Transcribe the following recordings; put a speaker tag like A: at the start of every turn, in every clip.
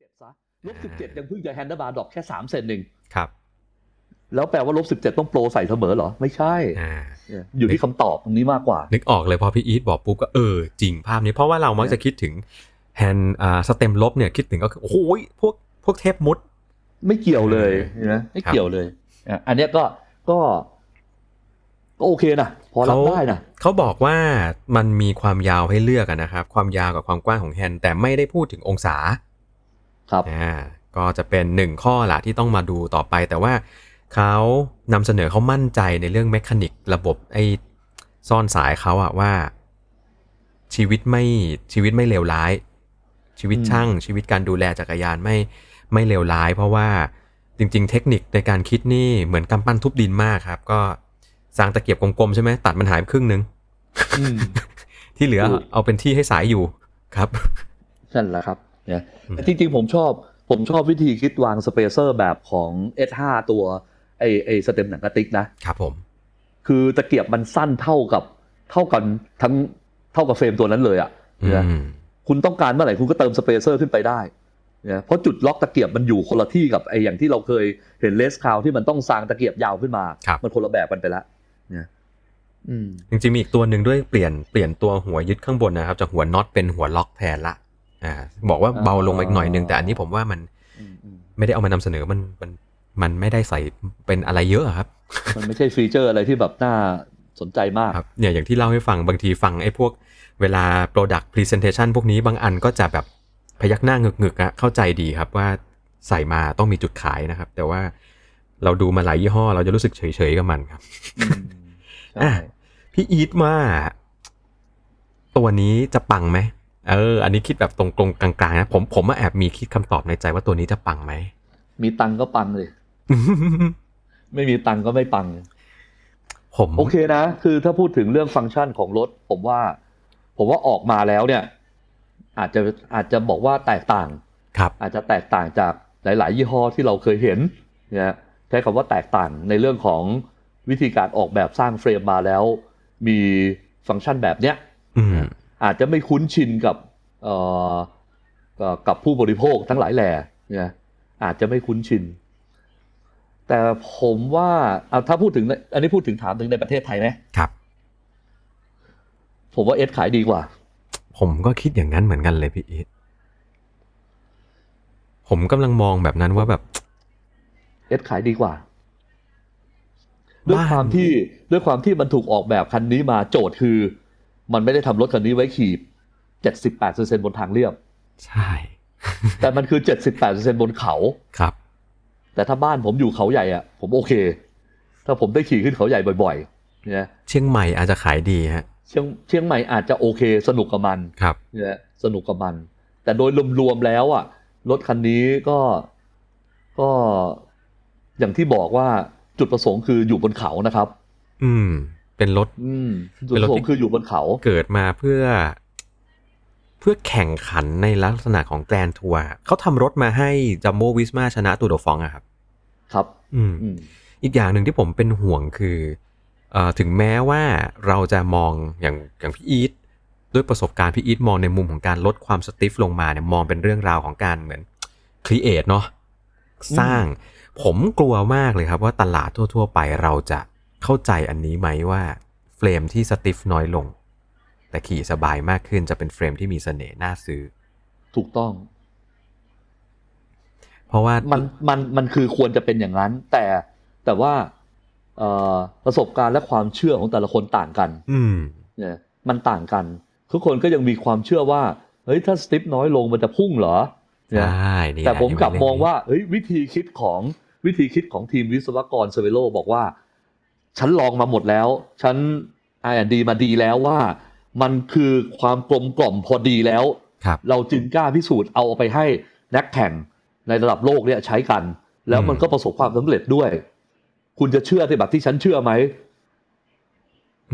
A: ซะลบสิบเจ็ดยังเพิ่งจะแฮนด์บาร์ดรอกแค่สามเซนหนึ่ง
B: ครับ
A: แล้วแปลว่าลบสิบเจ็ดต้องโปรใส่เสมอเหรอ ไม่ใช่
B: อ่า
A: อยู่ที่คำตอบตรงนี้มากกว่า
B: นึกออกเลยพอพี่อีทบอกปุ๊บก็เออจริงภาพนี้เพราะว่าเรามักจะคิดถึงแฮนอ่าสเต็มลบเนี่ยคิดถึงก็คือโอ้โหพวกพวกเทปมุด
A: ไม่เกี่ยวเลย
B: เออ
A: เห็นะไม่
B: ครับ
A: เกี่ยวเลยอ่ะอันเนี้ยก็ก็ก็โอเคนะพอรับ
B: เขา
A: ได้นะ
B: เขาบอกว่ามันมีความยาวให้เลือกอะนะครับ ความยาวกับความกว้างของแฮนด์แต่ไม่ได้พูดถึงองศา
A: ครับ
B: อ่าก็จะเป็นหนึ่งข้อละที่ต้องมาดูต่อไปแต่ว่าเขานำเสนอเขามั่นใจในเรื่องแมคานิกระบบไอ้ซ่อนสายเขาอะว่า ชีวิตไม่ชีวิตไม่เลวร้าย ชีวิต
A: อืม
B: ช่าง ชีวิตการดูแลจักรยานไม่ไม่เลวร้าย เพราะว่าจริง ๆ เทคนิคในการคิดนี่เหมือนกำปั้นทุบดินมากครับ ก็สร้างตะเกียบกลมๆใช่ไหมตัดมันหายไปครึ่งหนึง
A: อืม
B: ที่เหลือ
A: ถูก
B: เอาเป็นที่ให้สายอยู่ครับ
A: นั่นแหละครับเนี่ย
B: อืม
A: แต่จริงๆผมชอบ ผมชอบวิธีคิดวางสเปเซอร์แบบของ S5 ตัวไอไอสเต็มหนังกระติกนะ
B: ครับผม
A: คือตะเกียบมันสั้นเท่ากับเท่ากันทั้งเท่ากับเฟรมตัวนั้นเลยอะ
B: อื
A: นะ
B: ม
A: คุณต้องการเมื่อไหร่คุณก็เติมสเปเซอร์ขึ้นไปได้นะเพราะจุดล็อกตะเกียบมันอยู่คนละที่กับไออย่างที่เราเคยเห็นเลสคาวที่มันต้องสร้างตะเกียบยาวขึ้นมา
B: ครับ
A: มันคนละแบบกันไปละเนี่ยอืม
B: จริงๆมีอีกตัวหนึ่งด้วยเปลี่ยนเปลี่ยนตัวหัวยึดข้างบนนะครับจากหัวน็อตเป็นหัวล็อกแทนละอ่าบอกว่า
A: อ๋อ
B: เบาลงมาอีกหน่อยหนึงแต่อันนี้ผมว่ามัน
A: อืมอืม
B: ไม่ได้เอามานำเสนอมันมันมันไม่ได้ใส่เป็นอะไรเยอะอะครับ
A: มันไม่ใช่ฟีเจอร์อะไรที่แบบน่าสนใจมาก
B: ครับเนี่ยอย่างที่เล่าให้ฟังบางทีฟังไอ้พวกเวลา Product Presentation พวกนี้บางอันก็จะแบบพยักหน้าเงึกๆอะเข้าใจดีครับว่าใส่มาต้องมีจุดขายนะครับ แต่ว่าเราดูมาหลายยี่ห้อ เราจะรู้สึกเฉยๆกับมันครับ
A: อืมใช่
B: อ่ะ พี่อีทว่า ตัวนี้จะปังไหมเออ อันนี้คิดแบบตรงกลงกลางๆนะผมผมมาแอบมีคิดคำตอบในใจว่าตัวนี้จะปังไหม
A: มีตังก็ปังเลย ไม่มีตังก็ไม่ปัง
B: ผม
A: โอเคนะ คือถ้าพูดถึงเรื่องฟังก์ชันของรถ ผมว่า ผมว่าออกมาแล้วเนี่ย อาจจะอาจจะบอกว่าแตกต่าง
B: ครับ
A: อาจจะแตกต่างจากหลาย ๆ ยี่ห้อที่เราเคยเห็นนะใช้คำว่าแตกต่างในเรื่องของวิธีการออกแบบสร้างเฟรมมาแล้ว มีฟังก์ชันแบบเนี้ย
B: อืม
A: อาจจะไม่คุ้นชินกับเอ่อเอ่อกับผู้บริโภคทั้งหลายแหล่เนี่ยอาจจะไม่คุ้นชิน แต่ผมว่าเอาถ้าพูดถึงในอันนี้พูดถึงถามถึงในประเทศไทยไหม
B: ครับ
A: ผมว่าเอสขายดีกว่า
B: ผมก็คิดอย่างนั้นเหมือนกันเลยพี่อีทผมกำลังมองแบบนั้นว่าแบบ
A: เอสขายดีกว่า ด้วยความที่ด้วยความที่มันถูกออกแบบคันนี้มาโจทย์คือ มันไม่ได้ทำรถคันนี้ไว้ขี่เจ็ดสิบแปดเปอร์เซ็นบนทางเรียบ
B: ใช่
A: แต่มันคือเจ็ดสิบแปดเปอร์เซ็นบนเขา
B: ครับ
A: แต่ถ้าบ้านผมอยู่เขาใหญ่อะผมโอเค ถ้าผมได้ขี่ขึ้นเขาใหญ่บ่อยๆเนี่ย
B: เชียงใหม่อาจจะขายดีฮะ
A: เชียงเชียงใหม่อาจจะโอเคสนุกกับมัน
B: ครับ
A: เนี่ยสนุกกับมัน แต่โดยรวมๆแล้วอ่ะรถคันนี้ก็ก็อย่างที่บอกว่าจุดประสงค์คืออยู่บนเขานะครับ
B: อืม เป็นรถ
A: อืมจุดประสงค์คืออยู่บนเขา
B: เกิดมาเพื่อ เพื่อแข่งขันในลักษณะของแกรนทัวร์เขาทำรถมาให้จัมโบวิสมาชนะตูโดฟองอะครับ
A: ครับ
B: อืม
A: อืม
B: อีกอย่างหนึ่งที่ผมเป็นห่วงคือเออถึงแม้ว่าเราจะมองอย่างอย่างพี่อีทด้วยประสบการณ์พี่อีทมองในมุมของการลดความสติฟลงมาเนี่ยมองเป็นเรื่องราวของการเหมือนครีเอทเนาะสร้าง ผมกลัวมากเลยครับว่าตลาดทั่ว ๆ ไปเราจะเข้าใจอันนี้ไหมว่าเฟรมที่สติฟน้อยลง แต่ขี่สบายมากขึ้นจะเป็นเฟรมที่มีเสน่ห์น่าซื้อ
A: ถูกต้อง
B: เพราะว่า
A: มันมันมันคือควรจะเป็นอย่างนั้น แต่แต่ว่าเอ่อประสบการณ์และความเชื่อของแต่ละคนต่างกัน
B: อืม
A: เนี่ยมันต่างกัน ทุกคนก็ยังมีความเชื่อว่าเฮ้ยถ้าสติปน้อยลงมันจะพุ่งเหรอ
B: ใช
A: เนี่ย
B: ่นี่หะ
A: แต่ผมกลับ
B: ยู่ใน
A: ม
B: เรื่
A: องว่าเฮ้ยวิธีคิดของวิธีคิดของทีมวิศวกรเซเวโลบอกว่า ฉันลองมาหมดแล้ว ฉัน R&D มาดีแล้วว่า มันคือความกลมกล่อมพอดีแล้ว
B: ครับ
A: เราจึงกล้าพิสูจน์เอาไปให้นักแข่งในระดับโลกเนี่ยใช้กัน แล้วมันก็ประสบความสำเร็จด้วย คุณจะเชื่อในแบบที่ฉันเชื่อไหม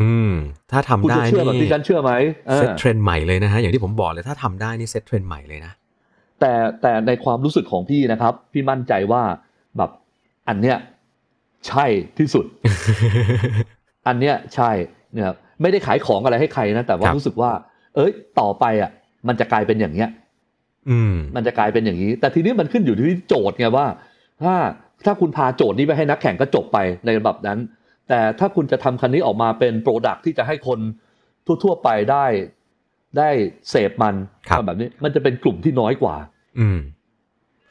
B: อืม ถ้าทำ
A: คุณจะ
B: ได้นี่
A: เชื่อแบบที่ฉันเชื่อไหมออ
B: เซตเทรนด์ใหม่เลยนะฮะ อย่างที่ผมบอกเลยถ้าทำได้นี่เซตเทรนด์ใหม่เลย นะ
A: แต่แต่ในความรู้สึกของพี่นะครับ พี่มั่นใจว่าแบบอันเนี้ยใช่ที่สุด อันเนี้ยใช่เนี่ยครับไม่ได้ขายของอะไรให้ใครนะ แต่ว่า
B: ครับ
A: รู้สึกว่า เอ้ย ต่อไปอ่ะ มันจะกลายเป็นอย่างเนี้ย
B: อืม
A: มันจะกลายเป็นอย่างนี้ แต่ทีนี้มันขึ้นอยู่ที่โจทย์ไงว่า ถ้าถ้าคุณพาโจทย์นี้ไปให้นักแข่งก็จบไปในระดับนั้น แต่ถ้าคุณจะทำคันนี้ออกมาเป็นโปรดักที่จะให้คนทั่วๆไปได้ได้เสพมัน
B: ครับ
A: แบบนี้มันจะเป็นกลุ่มที่น้อยกว่า
B: อืม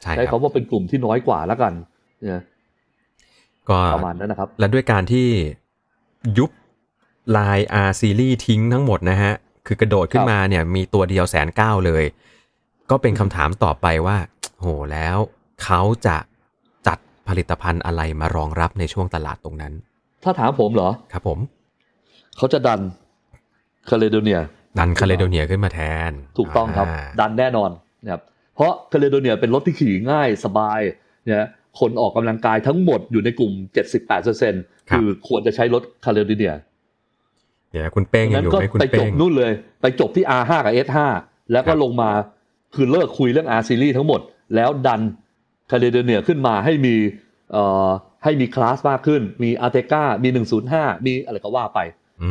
B: ใช่
A: ใช้
B: ครับ
A: คำว่าเป็นกลุ่มที่น้อยกว่าแล้วกันเนี่ย
B: ก็
A: ประมาณนั้นนะครับ
B: และด้วยการที่ยุบลาย R ซีรีส์ทิ้งทั้งหมดนะฮะ คือกระโดดขึ้นมาเนี่ยมีตัวเดียวแสนเก้าเลย ก็เป็นคำถามต่อไปว่า โหแล้วเขาจะจัดผลิตภัณฑ์อะไรมารองรับในช่วงตลาดตรงนั้น
A: ถ้าถามผมเหรอ
B: ครับผม
A: เขาจะดันคาเลโดเนีย
B: ดันคาเลโดเนียขึ้นมาแทน
A: ถูกต้องครับ
B: า
A: ดันแน่นอนนะครับเพราะคาเลโดเนียเป็นรถที่ขี่ง่ายสบายเนี่ยคนออกกำลังกายทั้งหมดอยู่ในกลุ่ม 78%คือควรจะใช้รถคาเลโดเนีย
B: เดี๋ยวนะคุณเป้งยัง
A: งั้น
B: อยู่
A: ก็
B: ไหมคุณ
A: ไปจ
B: เป้
A: บ
B: ง
A: นู่นเลย ไปจบที่ R5 กับ S5 แล้วก็
B: ครับ
A: ลงมาคือเลิกคุยเรื่อง R series ทั้งหมด แล้วดันคาเลโดเนียขึ้นมาให้มีเอ่อให้มีคลาสมากขึ้น มีอาร์เทกามี 105 มีอะไรก็ว่าไป
B: อื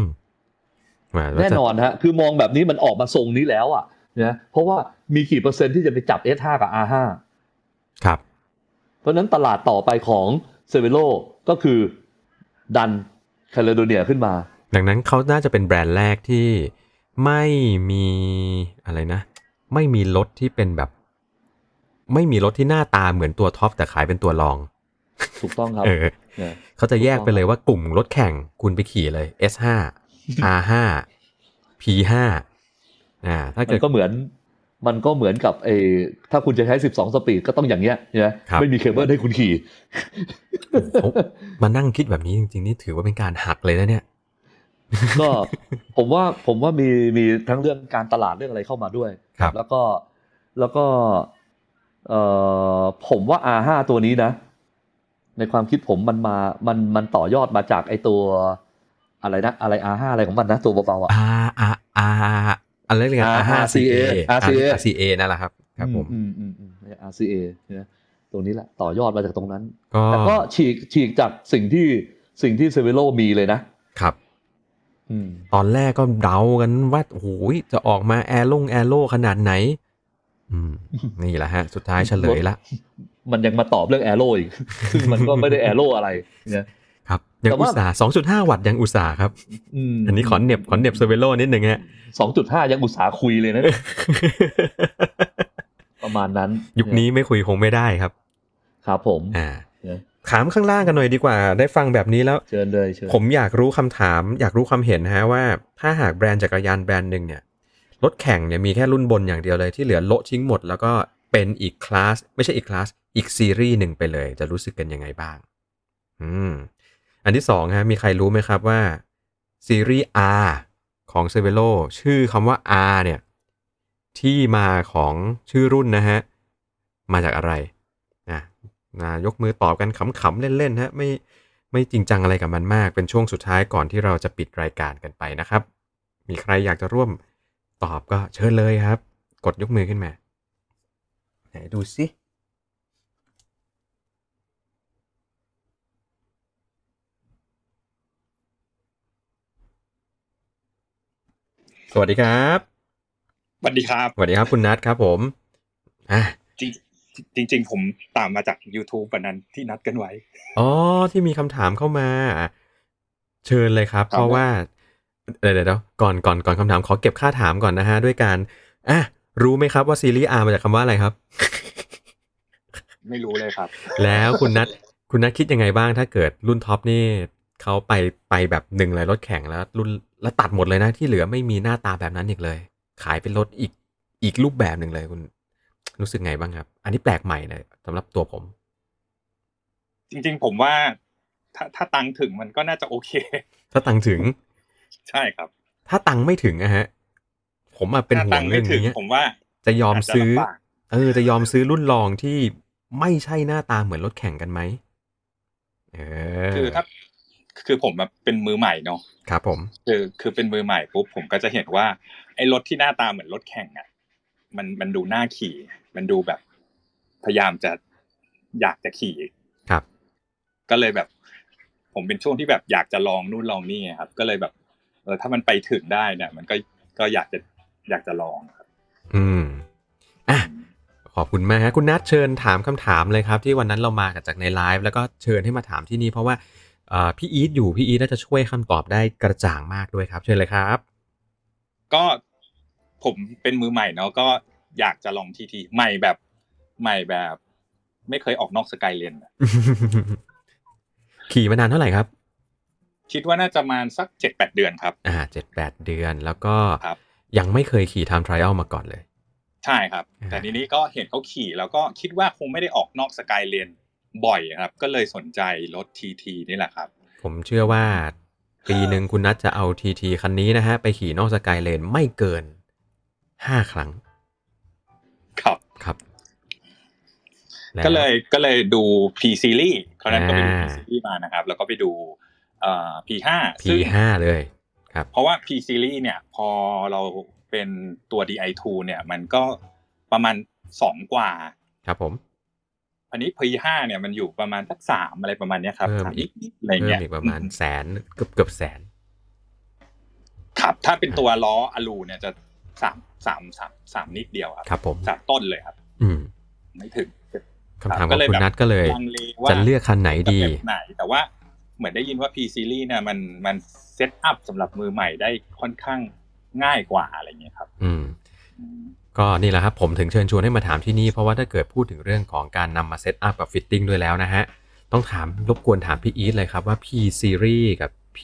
B: มมาล้วจะ
A: แน่นอนฮะ คือมองแบบนี้มันออกมาทรงนี้แล้วอ่ะนะเพราะว่ามีกี่เปอร์เซ็นต์ที่จะไปจับ S5 กับ R5
B: ครับ
A: เพราะฉะนั้นตลาดต่อไปของเซเวโ o ก็คือดันคาเลโดเนียขึ้นมา
B: ดังนั้นเขาน่าจะเป็นแบรนด์แรกที่ไม่มีอะไรนะ ไม่มีรถที่เป็นแบบ ไม่มีรถที่หน้าตาเหมือนตัวท็อปแต่ขายเป็นตัวรอง
A: ถูกต้องครับ
B: เออ
A: เนี่ย
B: เขาจะแยกไปเลยว่ากลุ่มรถแข่งคุณไปขี่เลย S5 R5 P5 อ่าถ้า
A: มั
B: เกิด
A: นก็เหมือนมันก็เหมือนกับไอ้ถ้าคุณจะใช้ 12 สปีดก็ต้องอย่างเงี้ยนะครับ ไม่มีเคเบิลให้คุณขี่
B: โอ้มานั่งคิดแบบนี้จริงๆ นี่ถือว่าเป็นการหักเลยนะเนี่ย
A: ก็ผมว่าผมว่ามีมีทั้งเรื่องการตลาดเรื่องอะไรเข้ามาด้วย
B: ครับ
A: แล้วก็แล้วก็เอ่อผมว่า R5 ตัวนี้นะ ในความคิดผมมันมามันมันต่อยอดมาจากไอตัวอะไรนะอะไร R5 อะไรของมันนะ ตัวเบาๆอ่ะ
B: R R R อะไรเรียก
A: R
B: R5
A: RCA RCA
B: R CA นั่นแหละครับครับผม
A: อืมอืมอืมอืมเนี่ย RCA เนี่ยตัวนี้แหละต่อยอดมาจากตรงนั้น
B: ก็
A: แต่ก็ฉีกฉีกจากสิ่งที่สิ่งที่เซเวโรมีเลยนะครับ อืม
B: ตอนแรกก็เดากันว่าโอ้โหจะออกมาแอร์ลงแอร์โลขนาดไหน อืม นี่แหละฮะ สุดท้ายเฉลยละ
A: มันยังมาตอบเรื่องแอโร่อีก ซึ่งมันก็ไม่ได้แอโร่อะไรเนี่ย
B: ครับ ยัง
A: แต่
B: อุ
A: ว่า
B: ตสาห์สองจุดห้าวัตต์ยังอุตสาห์ครับ
A: ม
B: อันนี้ขอเหน็บขอเหน็บเซเวโลนิดหนึ่ง ฮะ
A: สองจุดห้ายังอุตสาห์คุยเลยนะ ประมาณนั้น
B: ยุคนี้ไม่คุยคงไม่ได้ครับ
A: ครับผม
B: อ่า
A: เนี่ย
B: ถามข้างล่างกันหน่อยดีกว่า ได้ฟังแบบนี้แล้ว
A: เชิญเลยเชิญ
B: ผมอยากรู้คำถาม อยากรู้ความเห็นนะฮะว่า ถ้าหากแบรนด์จักรยานแบรนด์หนึ่งเนี่ยรถแข่งเนี่ยมีแค่รุ่นบนอย่างเดียวเลยที่เหลือโละทิ้งหมด แล้วก็เป็นอีกคลาส ไม่ใช่อีกคลาส อีกซีรีส์หนึ่งไปเลย จะรู้สึกกันยังไงบ้าง อืม อันที่สองฮะมีใครรู้ไหมครับว่า ซีรีส์ R ของเซเวโ o ชื่อคำว่า R เนี่ย ที่มาของชื่อรุ่นนะฮะ มาจากอะไรนะนายกมือตอบกันขำๆเล่นๆฮะไม่ ไม่จริงจังอะไรกับมันมาก เป็นช่วงสุดท้ายก่อนที่เราจะปิดรายการกันไปนะครับ มีใครอยากจะร่วมตอบก็เชิญเลยครับ กดยกมือขึ้นมา ไหนดูสิ สวัสดีครับ
C: สวัสดีครับ
B: สวัสดีครับคุณนัทครับผม อ่ะ
C: จริงจริง ๆ ผมตามมาจาก YouTube วันนั้นที่นัดกันไว้
B: อ๋อ ที่มีคำถามเข้ามาอ่ะเชิญเลยครับ
C: ครับ
B: เพราะว่า เดี๋ยวเดี๋ยวเดี๋ยวก่อนก่อนก่อนคำถามขอเก็บค่าถามก่อนนะฮะ ด้วยการอ่ะรู้ไหมครับว่าซีรีส์ R มาจากคำว่าอะไรครับ
C: ไม่รู้เลยครับ
B: แล้วคุณนัทคุณนัทคิดยังไงบ้างถ้าเกิดรุ่นท็อปนี่เขาไปไปแบบหนึ่งเลยรถแข่งแล้ว รุ่นแล้วตัดหมดเลยนะ ที่เหลือไม่มีหน้าตาแบบนั้นอีกเลย ขายเป็นรถอีกอีกรูปแบบหนึ่งเลยคุณ รู้สึกไงบ้างครับ อันนี้แปลกใหม่เลยสำหรับตัวผม
C: จริง ๆ ผมว่า ถ้าถ้าตังค์ถึงมันก็น่าจะโอเค
B: ถ้าตังค์ถึง
C: ใช่ครับ
B: ถ้าตังค์ไม่ถึงอะฮะ ผมอะเป็น
C: ถ้า
B: ห่
C: ตัว ง
B: ง
C: ค์
B: เรื่อง
C: ไม่ถึง
B: นี้
C: ผมว่า
B: จะยอมซื้อ
C: อาจจะลำบาก
B: เออ จะยอมซื้อรุ่นรองที่ไม่ใช่หน้าตาเหมือนรถแข่งกันไหมเออ
C: คือถ้าคือผมอะเป็นมือใหม่เนาะ
B: ครับผม
C: คือคือเป็นมือใหม่ปุ๊บผมก็จะเห็นว่า ไอ้รถที่หน้าตาเหมือนรถแข่งอ่ะมันมันดูน่าขี่ มันดูแบบ พยายามจะอยากจะขี่
B: ครับ
C: ก็เลยแบบ ผมเป็นช่วงที่แบบอยากจะลองนู่นลองนี่ไงครับ ก็เลยแบบเออถ้ามันไปถึงได้เนี่ย มันก็ก็อยากจะอยากจะลองครับ
B: อืม ขอบคุณมากฮะคุณนัทเชิญถามคำถามเลยครับ ที่วันนั้นเรามากันจากในไลฟ์แล้วก็เชิญให้มาถามที่นี่เพราะว่าเอ่อพี่อีทอยู่พี่อีทน่าจะช่วยคำตอบได้กระจ่างมากด้วยครับเชิญเลยครับ
C: ก็ผมเป็นมือใหม่เนาะก็อยากจะลองทีทีใหม่แบบใหม่แบบ ไม่เคยออกนอกสกายเลนอะ
B: ขี่มานานเท่าไหร่ครับ
C: คิดว่าน่าจะประมาณสักเจ็ดแปดเดือนครับ
B: อ่าเจ็ดแปดเดือนแล้วก็
C: ครับ
B: ยังไม่เคยขี่ทำทริอัลมาก่อนเลย
C: ใช่ครับ
B: อ่า
C: แต่ทีนี้ก็เห็นเขาขี่แล้วก็คิดว่าคงไม่ได้ออกนอกสกายเลนบ่อยครับ ก็เลยสนใจรถทีทีนี่แหละครับ
B: ผมเชื่อว่า ปีหนึ่งคุณนัทจะเอาทีทีคันนี้นะฮะ ไปขี่นอกสกายเลนไม่เกินห้าครั้ง
C: ครับ
B: ครับ
C: ก็เลยก็เลยดูพีซีรีส์เขาวนั้นก็ไปดู
B: า
C: พีซีรีส์มานะครับ แล้วก็ไปดูเอ่อพีห้า
B: พีห้าเลยครับ
C: เพราะว่าพีซีรีส์เนี่ย พอเราเป็นตัว DI2 เนี่ย มันก็ประมาณสองกว่า
B: ครับผม
C: อันนี้พีห้าเนี่ยมันอยู่ประมาณสักสามอะไรประมาณเนี้ยครับ
B: เพิ่ม
C: สาม
B: อีก
C: นิดๆอะไร
B: เพิ่
C: เงี้
B: ม
C: ย
B: อีกประมาณแสนเกือบเกือบแสน
C: ครับ ถ้าเป็นตัวล้ออลูเนี่ยจะสามสามสามสามนิดเดียวครับ
B: ครับผม
C: สามต้นเลยครับ
B: อืม
C: ไม่ถึง
B: คำถามขอ
C: ก็
B: ง
C: เลย
B: คุณ
C: แบบ
B: นัทก็เลย
C: ลังเลว่า
B: จะเลือกคันไหนดี
C: สเต็ปไหนแต่ว่าเหมือนได้ยินว่า P series เนี่ยมันมันเซตอัพสำหรับมือใหม่ได้ค่อนข้างง่ายกว่าอะไรเงี้ยครับ
B: อืม
C: อืม
B: ก็นี่แหละครับ ผมถึงเชิญชวนให้มาถามที่นี่ เพราะว่าถ้าเกิดพูดถึงเรื่องของการนำมาเซตอัพกับฟิตติ้งด้วยแล้วนะฮะ ต้องถามรบกวนถามพี่อีทเลยครับว่า P series กับ P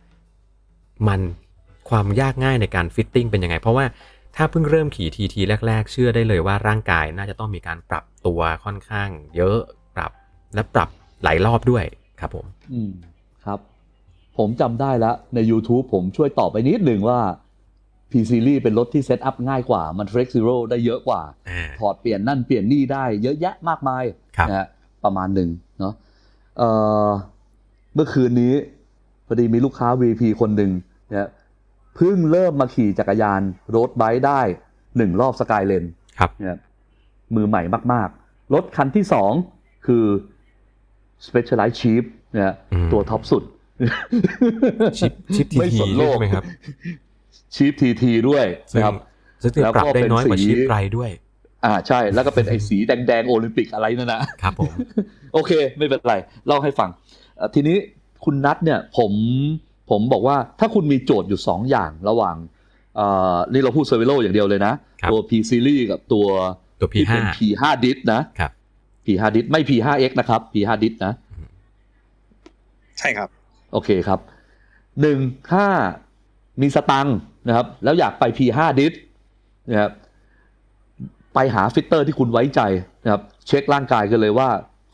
B: 5มันความยากง่ายในการฟิตติ้งเป็นยังไง เพราะว่าถ้าเพิ่งเริ่มขี่ทีทีแรก ๆ เชื่อได้เลยว่าร่างกายน่าจะต้องมีการปรับตัวค่อนข้าง เยอะปรับและปรับหลายรอบด้วยครับผม
A: อืมครับ ผมจำได้แล้วใน YouTube ผมช่วยตอบไปนิดหนึ่งว่า P Series เป็นรถที่เซตอัพง่ายกว่า มัน Trek Zero ได้เยอะกว่า
B: อ่า
A: ถอดเปลี่ยนนั่นเปลี่ยนนี่ได้เยอะแยะมากมาย
B: ครับ
A: นะฮะประมาณหนึ่งเนาะเอ่อเมื่อคืนนี้พอดีมีลูกค้า VP คนหนึ่งนะฮะเพิ่งเริ่มมาขี่จักรยานรถไบค์ได้หนึ่งรอบสกายเลน
B: ครับ
A: นะครับมือใหม่มาก ๆ รถคันที่สองคือ Specialized Chief นะฮะ
B: อืม
A: ตัวท็อปสุด
B: ชิปชิปที
A: ไม่
B: ที
A: สนโลก
B: ใช่ไหมครับ
A: Chief TT ด้วย
B: ซึ่ง
A: นะครับ
B: ซึ่งถือปรับได้น้อย
A: แล้
B: กว่า
A: วก็เป็นสี
B: ชิปไรด้วย
A: อ่าใช่แล้วก็เป็นไอ้สีแดง ๆ โอลิมปิกอะไรนั่นนะครับ
B: ผม
A: โอเค ไม่เป็นไร เล่าให้ฟังเอ่อทีนี้คุณนัทเนี่ยผมผมบอกว่าถ้าคุณมีโจทย์อยู่ 2 อย่างระหว่างเอ่อนี่เราพูดเซอร์ l วโลอย่างเดียวเลยนะ
B: ครับ
A: ตัว P Series กับตัว
B: ตัว P
A: ที่
B: ห้า
A: เป็น P5 ดิสนะ
B: ครับ
A: P5 ดิสไม่ P5X นะครับ P5 ดิสนะ
C: ใช่ครับ
A: โอเคครับหนึ่งถ้ามีสตังค์นะครับ แล้วอยากไป P5 ดิสนะครับไปหาฟิตเตอร์ที่คุณไว้ใจนะครับ เช็คร่างกายกันเลยว่า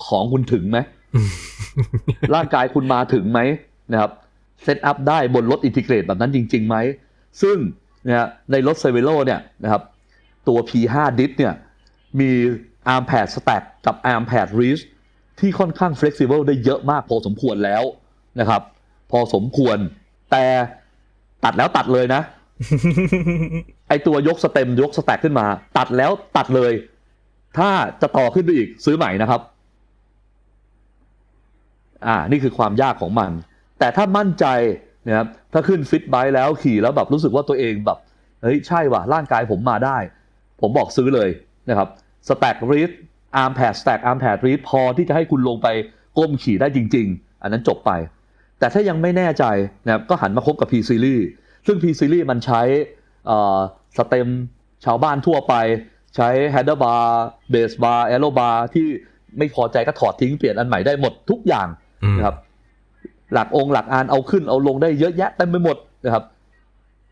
A: ของคุณถึงไหม ร่างกายคุณมาถึงไหมนะครับเซตอัพได้บนรถอินทิเกรตแบบนั้นจริงๆไหม ซึ่งนะฮะในรถเซเวโ o เนี่ยนะครับตัว P5 ดิสเนี่ยมี Arm Pad Stack กับ Arm Pad Reach ที่ค่อนข้าง Flexible ได้เยอะมากพอสมควรแล้วนะครับ พอสมควรแต่ตัดแล้วตัดเลยนะ ไอตัวยกสเต็มยกสแต็กขึ้นมา ตัดแล้วตัดเลย ถ้าจะต่อขึ้นไปอีกซื้อใหม่นะครับ อ่า นี่คือความยากของมัน แต่ถ้ามั่นใจนะครับถ้าขึ้นฟิตไบค์แล้วขี่แล้วแบบรู้สึกว่าตัวเองแบบเฮ้ยใช่ว่ะร่างกายผมมาได้ ผมบอกซื้อเลยนะครับสแต็กรีดอาร์มแพดสแต็กอาร์มแพดรีดพอที่จะให้คุณลงไปก้มขี่ได้จริง ๆ อันนั้นจบไป แต่ถ้ายังไม่แน่ใจนะครับก็หันมาคบกับ P Series ซึ่ง P Series มันใช้เอ่อสเต็มชาวบ้านทั่วไป ใช้ h a d d l e bar base bar a e r o bar ที่ไม่พอใจก็ถอดทิ้งเปลี่ยนอันใหม่ได้หมดทุกอย่าง
B: อืม
A: นะครับหลักองค์หลักอานเอาขึ้นเอาลงได้เยอะแยะเต็มไปหมดนะครับ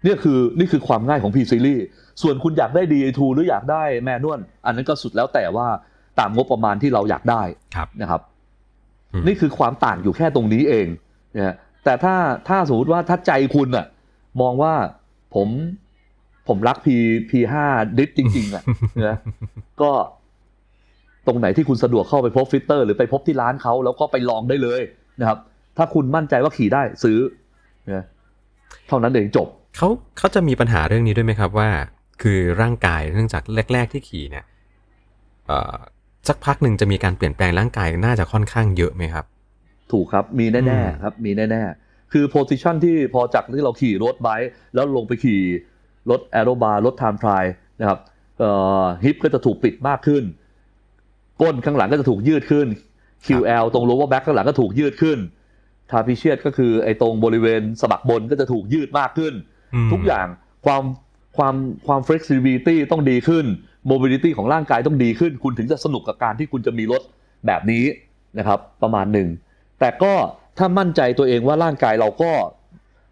A: เนี่ยคือนี่คือความง่ายของ P Series ส่วนคุณอยากได้ DA2 หรืออยากได้แมนนวลอันนั้นก็สุดแล้วแต่ว่าตามงบประมาณที่เราอยากได้
B: ครับ
A: นะครับ
B: อืม
A: นี่คือความต่างอยู่แค่ตรงนี้เองนะฮะแต่ถ้าถ้าสมมติว่าถ้าใจคุณอะมองว่าผมผมรัก P P5 ดิสจริง ๆอะ นะก็ตรงไหนที่คุณสะดวกเข้าไปพบฟิตเตอร์ หรือไปพบที่ร้านเขาแล้วก็ไปลองได้เลยนะครับ ถ้าคุณมั่นใจว่าขี่ได้ซื้อนะเท่านั้นเองจบ
B: เขาเขาจะมีปัญหาเรื่องนี้ด้วยไหมครับว่า คือร่างกายเนื่องจากแรก ๆที่ขี่เนี่ยเอ่อสักพักหนึ่งจะมีการเปลี่ยนแปลงร่างกายน่าจะค่อนข้างเยอะไหมครับ
A: ถูกครับ มี
B: อื
A: แน่
B: ม
A: ๆ ครับ มีแน่ ๆ คือโพซิชันที่พอจากที่เราขี่รถไบค์แล้วลงไปขี่รถแอโรบาร์รถไทม์ทรายนะครับ เอ่อฮิปก็จะถูกปิดมากขึ้น ก้นข้างหลังก็จะถูกยืดขึ้น QL ตรง lower back ข้างหลังก็ถูกยืดขึ้นทาพิเชียตก็คือไอ้ตรงบริเวณสะบักบนก็จะถูกยืดมากขึ้น
B: ม
A: ทุกอย่างความความความ flexibility ต้องดีขึ้น mobility ของร่างกายต้องดีขึ้น คุณถึงจะสนุกกับการที่คุณจะมีรถแบบนี้นะครับ ประมาณหนึ่ง แต่ก็ถ้ามั่นใจตัวเองว่าร่างกายเราก็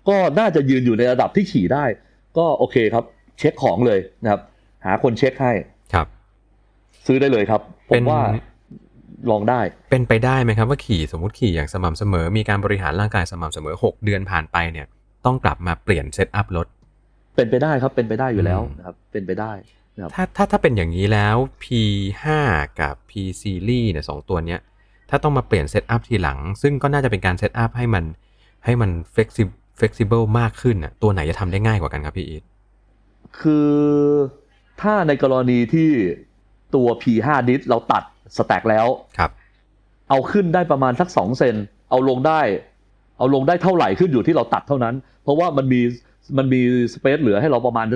A: ก็น่าจะยืนอยู่ในระดับที่ขี่ได้ ก็โอเคครับ เช็คของเลยนะครับ หาคนเช็คให้
B: ครับ
A: ซื้อได้เลยครับ ผ
B: เป็
A: ม
B: น
A: ว่าลองได้
B: เป็นไปได้ไหมครับว่าขี่สมมติขี่อย่างสม่ำเสมอ มีการบริหารร่างกายสม่ำเสมอ 6 เดือนผ่านไปเนี่ย ต้องกลับมาเปลี่ยนเซตอัพรถ
A: เป็นไปได้ครับ เป็นไปได้อยู่แล้ว
B: อืม
A: นะครับ เป็นไปได้ ครับ
B: ถ้าถ้าถ้าเป็นอย่างนี้แล้ว P5 กับ P Series เนี่ยสองตัวเนี้ย ถ้าต้องมาเปลี่ยนเซตอัพทีหลัง ซึ่งก็น่าจะเป็นการเซตอัพให้มันให้มัน flexi- flexible มากขึ้นน่ะตัวไหนจะทำได้ง่ายกว่ากันครับพี่อีท
A: คือถ้าในกรณีที่ตัว P5 ดิสเราตัดสแต็กแล้ว
B: ครับ
A: เอาขึ้นได้ประมาณสักสองเซน เอาลงได้ เอาลงได้เท่าไหร่ขึ้นอยู่ที่เราตัดเท่านั้น เพราะว่ามันมีมันมีสเปซเหลือให้เราประมาณ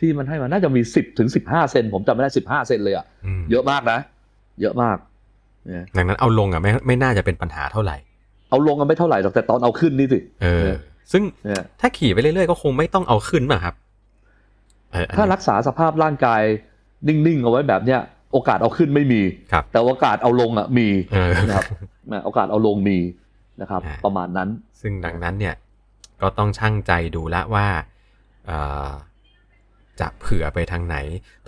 A: ที่มันให้มาน่าจะมีสิบถึงสิบห้าเซนผมจำไม่ได้สิบห้าเซนเลยอะ
B: อืม
A: เยอะมากนะ เยอะมากเนี่ย
B: ดังนั้นเอาลงอ่ะไม่ไม่น่าจะเป็นปัญหาเท่าไหร่
A: เอาลงกันไม่เท่าไหร่หรอกแต่ตอนเอาขึ้นนี่สิ
B: เออ ซึ่ง
A: เนี่ย
B: ถ้าขี่ไปเรื่อยๆ ก็คงไม่ต้องเอาขึ้นมาครับเอออัน
A: ถ้า
B: นี้
A: รักษาสภาพร่างกายนิ่งๆเอาไว้แบบเนี้ยโอกาสเอาขึ้นไม่มี
B: ครับ
A: แต่โอกาสเอาลงอะมี
B: เออ
A: นะครับนะโอกาสเอาลงมีนะครับ
B: อ่า
A: ประมาณนั้น
B: ซึ่งดังนั้นเนี่ยก็ต้องชั่งใจดูละว่าเอ่อจะเผื่อไปทางไหน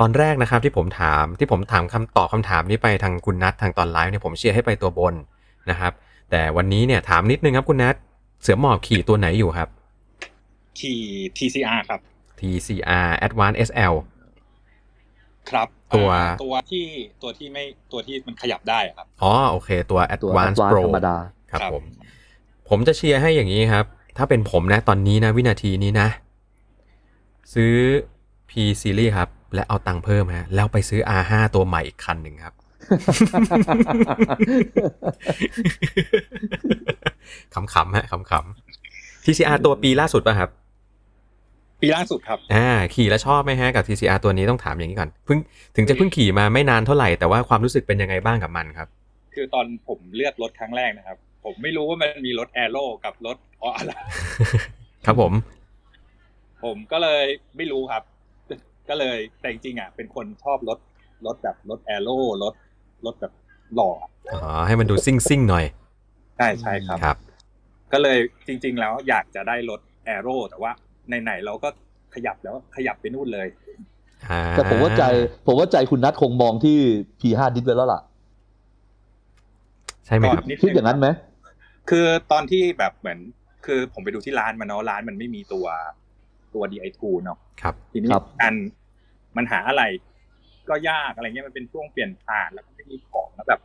B: ตอนแรกนะครับที่ผมถามที่ผมถามคำตอบคำถามนี้ไปทางคุณนัททางตอนไลฟ์เนี่ยผมเชียร์ให้ไปตัวบนนะครับ แต่วันนี้เนี่ยถามนิดนึงครับคุณนัทเสือหมอบขี่ตัวไหนอยู่ครับ
C: ขี่ TCR ครับ
B: TCR Advanced SL
C: ครับ
B: ตัว
C: อ่าตัวที่ตัวที่ไม่ตัวที่มันขยับได้อะครับ
B: อ๋อโอเคตัว
A: ตัว
B: Advanced
A: Advanced
B: Pro
A: ธรรม ดา
B: ครับ
C: ครับ
B: ผม ผมจะเชียร์ให้อย่างนี้ครับ ถ้าเป็นผมนะตอนนี้นะวินาทีนี้นะ ซื้อ P Series ครับ และเอาตังค์เพิ่มฮะ แล้วไปซื้อ R5 ตัวใหม่อีกคันหนึ่ง ครับ ขำๆฮะขำๆ TCR ตัวปีล่าสุดป่ะครับ
C: ปีล่าสุดครับ
B: อ่าขี่แล้วชอบไหมฮะกับ TCR ตัวนี้ต้องถามอย่างนี้ก่อนเพิ่งถึงจะเพิ่งขี่มาไม่นานเท่าไหร่แต่ว่าความรู้สึกเป็นยังไงบ้างกับมันครับ
C: คือตอนผมเลือกรถครั้งแรกนะครับ ผมไม่รู้ว่ามันมีรถแอโร่กับรถอออะไร
B: ครับผม
C: ผมก็เลยไม่รู้ครับ ก็เลยแต่จริงๆอ่ะเป็นคนชอบรถรถแบบรถแอโร่รถรถแบบหล่ออะ
B: อ๋อให้มันดูซิ่งๆหน่อย
C: ใช่ใช่ครับ
B: ครับ
C: ก็เลยจริง ๆ แล้วอยากจะได้รถแอโร่แต่ว่าไหนๆเราก็ขยับแล้วขยับไปนู่นเลย
B: อ่
A: แต่ผมว่าใจผมว่าใจคุณนัทคงมองที่ P5 ดิสไปแล้วล่ะ
B: ใช่ไหม
C: ก่อน
B: ครับ
C: นิด
A: คิด
C: นึง
A: อย่างนั้นไหม
C: คือตอนที่แบบเหมือน คือผมไปดูที่ร้านมาเนาะร้านมันไม่มีตัวตัว DI2 เนาะ
B: ครับ
C: ทีนี้
A: ครับ
C: อันมันหาอะไร ก็ยากอะไรเงี้ยมันเป็นช่วงเปลี่ยนผ่านแล้วก็ไม่มีของแล้วแบบ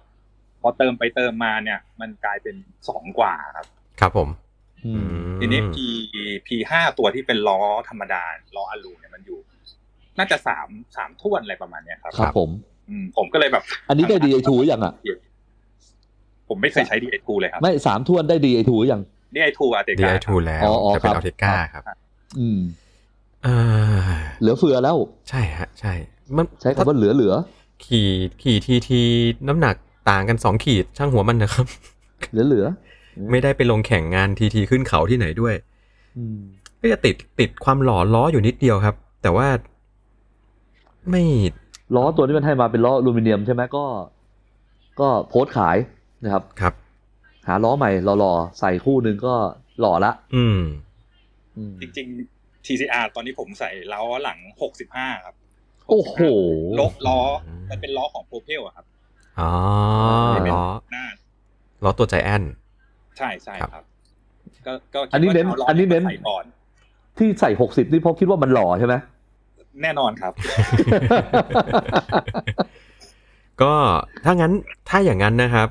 C: พอเติมไปเติมมาเนี่ย มันกลายเป็นสองกว่าครับ
B: ครับผม
A: อืม
C: ทีนี้ P P ห้าตัวที่เป็นล้อธรรมดาล้ออลูเนี่ยมันอยู่ น่าจะสามสามท่วนอะไรประมาณเนี้ยครับ
A: ครับผม
C: อืมผมก็เลยแบบ
A: อันนี้ได้ DA2 ยังอ่ะ
C: ผมไม่เคยใช้ DI2 เลยครับ
A: ไม่สามทวนได้ DA2 ยัง
C: DI2 อะเด็ก
B: ดีไอ
C: อะ
B: ทูแล้ว
A: อ๋ออ๋อ
B: จะเป็น
A: ครั
B: อั
A: บ
B: ลเทก้าครับ
A: อืม
B: เอ่อ
A: เหลือเฟือแล้ว
B: ใช่ฮะ ใช่ มัน
A: ใช้คำว่าเหลือเหลือ
B: ขี่ขี่ทีทีน้ำหนักต่างกันสองขีดช่างหัวมันนะครับ
A: เหลือเหลือ
B: ไม่ได้ไปลงแข่งงานทีทีขึ้นเขาที่ไหนด้วย
A: อืม
B: ก็จะติดติดความหล่อล้ออยู่นิดเดียวครับ แต่ว่า ไม่
A: ล้อตัวนี้มันให้มาเป็นล้ออลูมิเนียมใช่ไหมก็ ก็โพสต์ขายนะครับ
B: ครับ
A: หาล้อใหม่หล่อๆใส่คู่หนึ่งก็หล่อละ
B: อืม
A: อืม
C: จริงๆ TCR ตอนนี้ผมใส่ล้อหลัง 65 ครับ
A: โอ้โห
C: ลกล้อ
B: อืม
C: มันเป็นล้อของโปรเพลอะครับ
B: อ๋อ
A: ไม่เป็น
B: ล้อ
C: หน้า
B: ล้อตัวใจแอน
C: ใช่ใช่ครับ ก็ก็คิดว่า
A: อันนี้เน้น
C: จะาล้
A: นนี้เน้น
C: ใส่ก่อน
A: ที่ใส่หกสิบนี่เพราะคิดว่ามันหล่อใช่ไห ม
C: แน่นอนครับ
B: ก็ถ้างั้นถ้าอย่างนั้นนะครับ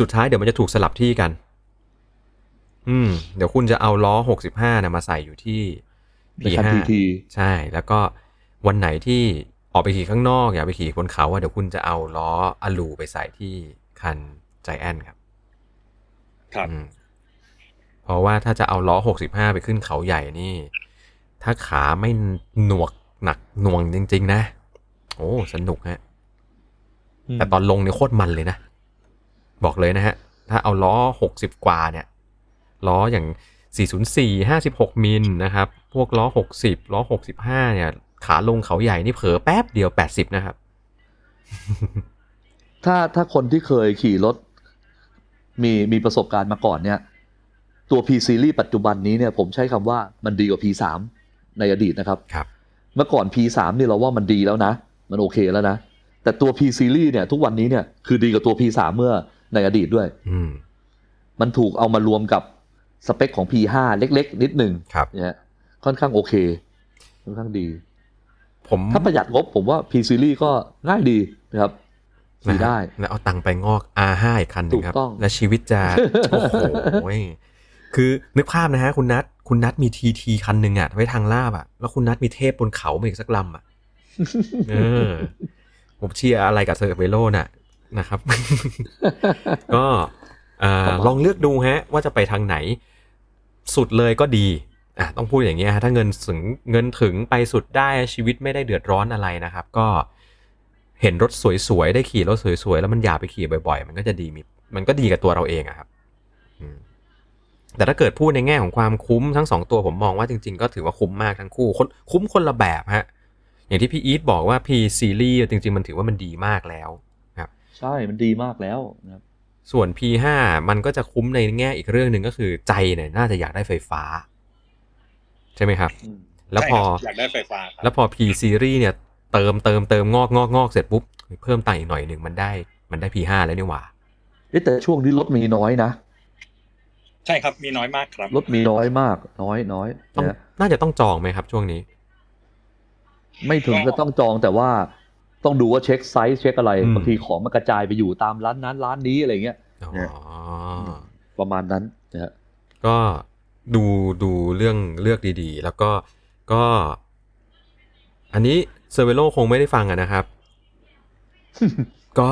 B: สุดท้ายเดี๋ยวมันจะถูกสลับที่กัน อืม เดี๋ยวคุณจะเอาล้อหกสิบห้านะมาใส่อยู่ที่
A: ในคัน
B: P5
A: PT
B: ใช่ แล้วก็วันไหนที่ออกไปขี่ข้างนอก อย่าไปขี่บนเขาว่าเดี๋ยวคุณจะเอาล้ออะลูไปใส่ที่คันใจแอนครับ
C: ครับ
B: อืมเพราะว่าถ้าจะเอาล้อหกสิบห้าไปขึ้นเขาใหญ่นี่ ถ้าขาไม่หนวก หนักหน่วงจริง ๆ นะ โอ้ สนุกฮะ
A: อืม
B: แต่ตอนลงเนี่ยโคตรมันเลยนะ บอกเลยนะฮะ ถ้าเอาล้อ 60 กว่าเนี่ย ล้ออย่าง 404 56 มิลนะครับ พวกล้อ 60 ล้อ 65 เนี่ย ขาลงเขาใหญ่นี่เผลอแป๊บเดียว 80 นะครับ
A: ถ้าถ้าคนที่เคยขี่รถ มีมีประสบการณ์มาก่อนเนี่ย ตัว P Series ปัจจุบันนี้เนี่ยผมใช้คำว่ามันดีกว่า P 3ในอดีตนะครับ
B: ครับ
A: เมื่อก่อน P 3เนี่ยเราว่ามันดีแล้วนะ มันโอเคแล้วนะ แต่ตัว P Series เนี่ยทุกวันนี้เนี่ยคือดีกว่าตัว P 3เมื่อในอดีตด้วย
B: อืม
A: มันถูกเอามารวมกับสเปคของ P 5เล็ก ๆ นิดหนึ่ง
B: ครับ
A: เนี่ยค่อนข้างโอเค ค่อนข้างดี
B: ผม
A: ถ้าประหยัดงบผมว่า P Series ก็ง่ายดีนะครับขี่ได้
B: นะฮะแล้วเอาตังค์ไปงอก R5 อีกคันหนึงครั
A: ถู
B: บ
A: กต้อง
B: และชีวิตจะ โอ้โหยคือนึกภาพนะฮะ คุณนัท คุณนัทมี TT คันหนึ่งอะไว้ทางลาบอะแล้วคุณนัทมีเทพบนเขามาอีกสักลำอะ เออผมเชียร์อะไรกับเซอร์เบโลน่ะนะครับ ก็เอ่อ
A: ครับผม
B: ลองเลือกดูฮะ ว่าจะไปทางไหน สุดเลยก็ดีอ่ะต้องพูดอย่างเงี้ยฮะถ้าเงินถึงเงินถึงไปสุดได้ชีวิตไม่ได้เดือดร้อนอะไรนะครับ ก็เห็นรถสวยๆ ได้ขี่รถสวยๆ แล้วมันอยากไปขี่บ่อยๆ มันก็จะดีมีมันก็ดีกับตัวเราเองอะครับอืมแต่ถ้าเกิดพูดในแง่ของความคุ้มทั้งสองตัวผมมองว่าจริงๆ ก็ถือว่าคุ้มมากทั้งคู่คนคุ้มคนละแบบฮะ อย่างที่พี่อีทบอกว่า P series จริง ๆ มันถือว่ามันดีมากแล้ว
A: ใช่มันดีมากแล้วนะครับ
B: ส่วน P5 มันก็จะคุ้มในแง่อีกเรื่องหนึ่งก็คือใจเนี่ยน่าจะอยากได้ไฟฟ้า ใช่ไหมครับ
A: อืม
B: แล้วพอ
C: ใช่ครับอยากได้ไฟฟ้าครับ
B: แล้วพอ P series เนี่ยเติมเติมเติมงอกงอกงอกเสร็จปุ๊บ เพิ่มตังค์อีกหน่อยหนึ่งมันได้ มันได้ P5 แล้วนี่หว่า
A: เอ๊ะแต่ช่วงนี้รถมีน้อยนะ
C: ใช่ครับมีน้อยมากครับ
A: รถมีน้อยมาก น้อยน้อย
B: ต้อง
A: นะ
B: น่าจะต้องจองไหมครับช่วงนี้
A: ไม่ถึงก็ต้องจองแต่ว่าต้องดูว่าเช็คไซส์เช็คอะไร
B: อืม
A: บางทีของมันกระจายไปอยู่ตามร้านนั้นร้านนี้อะไรเงี้ย
B: อ๋อ
A: เนี่ย ประมาณนั้นนะฮะ
B: ก็ดูดูเรื่องเลือกดีๆ แล้วก็ก็ อันนี้เซอร์เวโลคงไม่ได้ฟังอะ นะครับ ก็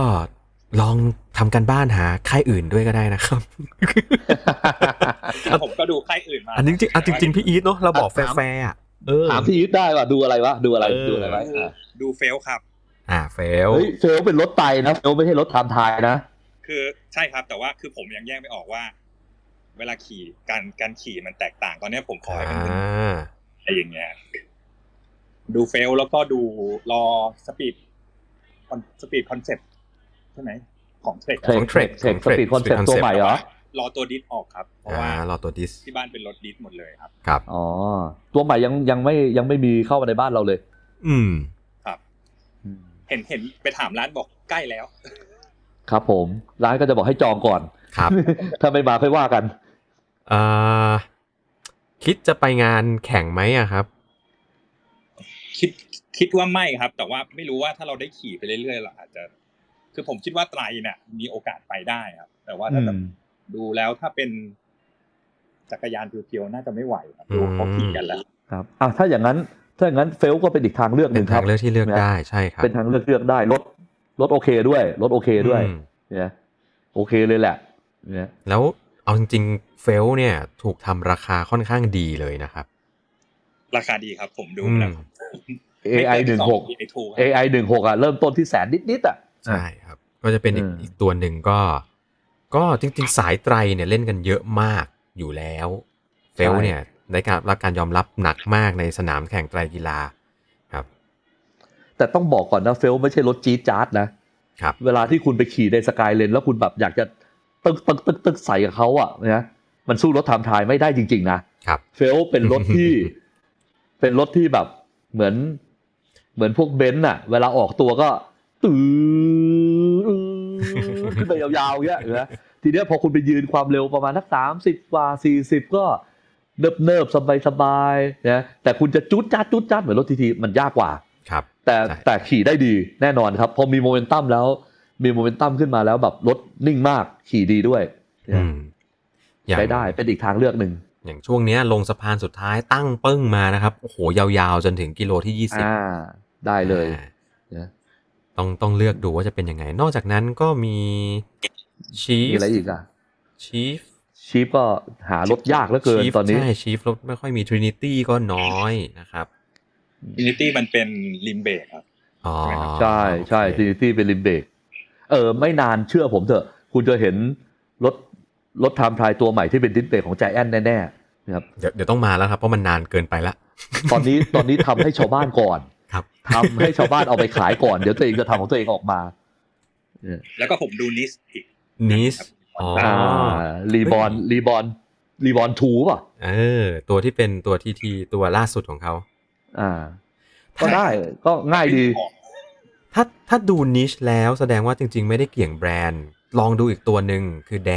B: ลองทำกันบ้านหาค่ายอื่นด้วยก็ได้นะครับ
C: ผมก็ดูค่ายอื่นมา
B: อันนี้จริงๆอ่ะจริงๆพี่อีทเนาะเราบอกแฟร์ๆอ่ะเออ
A: ถามพี่อีทได้ว่าดูอะไรวะดูอะไร
B: เออ
A: ดูอะไรไว้อ่ะ
C: ดูเฟลครับ
B: อ่าเฟล
A: เฮ้ยเฟลเป็นรถไตนะเฟลไม่ใช่รถไทม์ไทยนะ
C: คือใช่ครับ แต่ว่าคือผมยังแยกไม่ออกว่า เวลาขี่การการขี่มันแตกต่าง ตอนเนี้ยผมขอให้มันเป็น
B: อ่า
C: อะไรอย่างเงี้ยดูเฟลแล้วก็ดูรอสปีดสปีดคอนเซ็ปต์ใช่ไหมของเทรค
A: เทรค
B: ของเทรด
A: Trek Speed Concept ตัวใหม่ เหรอ
C: รอตัวดิสออกครับ เพราะ
B: อ่า
C: ว่าร
B: อตัวดิส
C: ที่บ้านเป็นรถดิสหมดเลยครับ
B: ครับ
A: อ๋อตัวใหม่ยังยังไม่ยังไม่มีเข้ามาในบ้านเราเลย
B: อืม
A: อืม
C: เห็นเห็นไปถามร้านบอกใกล้แล้ว
A: ครับผมร้านก็จะบอกให้จองก่อน
B: ครับ
A: ถ้าไม่มาค่อยว่ากัน
B: เอ่อคิดจะไปงานแข่งไหมอะครับ
C: คิดคิดว่าไม่ครับ แต่ว่าไม่รู้ว่าถ้าเราได้ขี่ไปเรื่อยๆเราอาจจะ คือผมคิดว่าไตรเนี่ยมีโอกาสไปได้ครับ แต่ว่าถ้าจะดูแล้วถ้าเป็นจักรยานเพียวๆน่าจะไม่ไหวครับดูเขาขี่กันแล้ว
A: ครับอ่ะถ้าอย่างนั้น ถ้าอย่างนั้นเฟลก็เป็นอีกทางเลือกห
B: เป็
A: นึ่ง
B: น
A: ค
B: ทา
A: รับ
B: งเลือกที่เลือก
A: นะ
B: ได้ใช่ครับ
A: เป็นทางเลือกเลือกได้รถรถโอเคด้วยรถโอเคด้วย
B: อืม
A: เนี่ยโอเคเลยแหละเนี่ย
B: แล้วเอาจริงๆเฟลเนี่ยถูกทำราคาค่อนข้างดีเลยนะครับ
C: ราคาดีครับผมดูมาแล้ว
B: อืม
A: เอไอหนึ่งหก
C: ไอทู
A: เอไอหนึ่งหกอ่ะเริ่มต้นที่แสนนิดนิดๆอ่ะ
B: ใช่ครับ ก็จะเป็นอีก
A: อืม
B: อีกตัวหนึ่งก็ ก็จริงๆ สายไตรเนี่ยเล่นกันเยอะมากอยู่แล้วเฟลเนี่ยได้การรับการยอมรับหนักมากในสนามแข่งไตรกีฬาครับ
A: แต่ต้องบอกก่อนนะเฟลไม่ใช่รถจี๊ดจ๊าดนะครับ เวลาที่คุณไปขี่ในสกายเลนแล้วคุณแบบอยากจะตึกตึกตึกตึกใส่กับเขาอ่ะนะมันสู้รถไทม์ไทายไม่ได้จริง ๆ นะครับ เฟลเป็นรถที่ เป็นรถที่แบบเหมือน เหมือนพวกเบนซ์อ่ะ เวลาออกตัวก็ตื้อขึ้นไปยาวๆเงี้ยเห็นไหมทีเนี้ยพอคุณไปยืนความเร็วประมาณสักสามสิบกว่าสี่สิบก็เนิบเนิบๆสบายๆนะแต่คุณจะจุดจ้าดจุดจ้าดเหมือนรถทีทีมันยากกว่า
B: ครับ
A: แต่
B: ใช่
A: แต่ขี่ได้ดีแน่นอนครับพอมีโมเมนตัมแล้ว มีโมเมนตัมขึ้นมาแล้วแบบรถนิ่งมากขี่ดีด้วย
B: อืมอย่าง
A: ใช้ได้เป็นอีกทางเลือกหนึ่ง
B: อย่างช่วงเนี้ยลงสะพานสุดท้ายตั้งปึ้งมานะครับโอ้โหยาวๆ จนถึงกิโลที่ยี่สิบ
A: อ่าได้เลย
B: อ่า
A: นะ
B: ต้องต้องเลือกดูว่าจะเป็นยังไง นอกจากนั้นก็มีชี
A: มี
B: ฟ
A: อะไรอีกอ่ะ
B: ชีฟ
A: ชีฟก็หารถยากเหลือเกินตอนนี้
B: ใช่ชีฟรถไม่ค่อยมีทรินิตี้ก็น้อยนะครับ
C: อินิตี้มันเป็นลิมเบกครับ
B: อ๋อ
A: ใช่ใช่
B: โอเค
A: ทีนิตี้เป็นริมเบรกเออไม่นานเชื่อผมเถอะ คุณจะเห็นรถรถไทม์ไทายตัวใหม่ที่เป็นดิสเบรกของ g จแอนแน่ๆนะครับ
B: เดี๋ยวเดี๋ยวต้องมาแล้วครับ เพราะมันนานเกินไปละ
A: ตอนนี้ตอนนี้ทำให้ชาวบ้านก่อน
B: ครับ
A: ทำให้ชาวบ้านเอาไปขายก่อน เดี๋ยวตัวเองจะทำของตัวเองออกมา
C: แล้วก็ผมดูนิสอีก
B: นิส
C: ครับ
B: อ๋อ
A: อ่ารีบอลรีบอลรีบอลทูป่ะ
B: เออ ตัวที่เป็นตัวทีทีตัวล่าสุดของเขา
A: อ่า ก็ได้ก็ง่ายดี
B: ถ้าถ้าดูนิชแล้วแสดงว่าจริง ๆ ไม่ได้เกี่ยงแบรนด์ ลองดูอีกตัวหนึ่งคือแด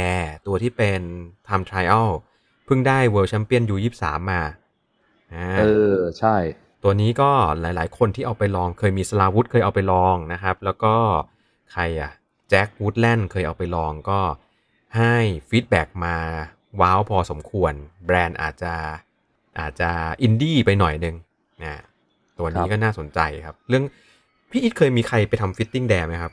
B: ตัวที่เป็นทำทริอัลเพิ่งได้เวิ l d c แชมเปี้ยนยูยี่สามมาอ่า
A: เออใช่
B: ตัวนี้ก็หลายๆ คนที่เอาไปลองเคยมีสลาวุธเคยเอาไปลองนะครับ แล้วก็ใครอะแจ็ควูดแลนด์เคยเอาไปลองก็ให้ฟีดแบ็กมา ว้าวพอสมควร แบรนด์อาจจะอาจจะอินดี้ไปหน่อยหนึงนะตัว
A: ค
B: นี้
A: รับ
B: ก็น่าสนใจครับ เรื่องพี่อิทเคยมีใครไปทำฟิตติ้งแดไหมครับ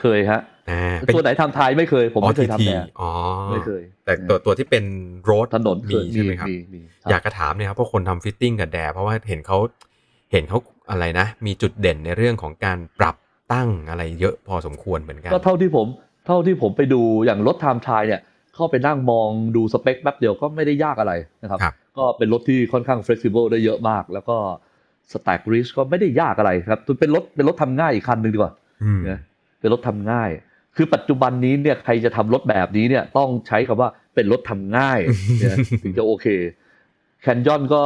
A: เคยฮะ
B: อ่าเป็น
A: ตัวไหนทำไทายไม่เคย ผมไม่เคย
B: อ๋อ
A: ทำ
B: TT
A: แต่
B: อ๋อ
A: ไม่เคย
B: แต่ตัวตัวที่เป็นโรด
A: ถนนเค
B: มี
A: ย
B: ใช่ไหมครับ
A: มีมีครับ
B: อยากกระถามเนี่ยครับเพราะคนทำฟิตติ้งกับแดเพราะว่าเห็นเขาเห็นเขาอะไรนะ มีจุดเด่นในเรื่องของการปรับตั้งอะไรเยอะพอสมควรเหมือนกัน
A: ก็เท่าที่ผมเท่าที่ผมไปดูอย่างรถไทม์ทายเนี่ย เข้าไปนั่งมองดูสเปคแป๊บเดียวก็ไม่ได้ยากอะไรนะครับ
B: ครับ
A: ก็เป็นรถที่ค่อนข้าง flexible ได้เยอะมาก แล้วก็ stack reach ก็ไม่ได้ยากอะไรครับเป็นรถเป็นรถทำง่ายอีกคันหนึ่งดีกว่า
B: อืม
A: นะเป็นรถทำง่าย คือปัจจุบันนี้เนี่ยใครจะทำรถแบบนี้เนี่ยต้องใช้คำว่าเป็นรถทำ ง่ายเนี่ย ถึงจะโอเคแคนยอนก็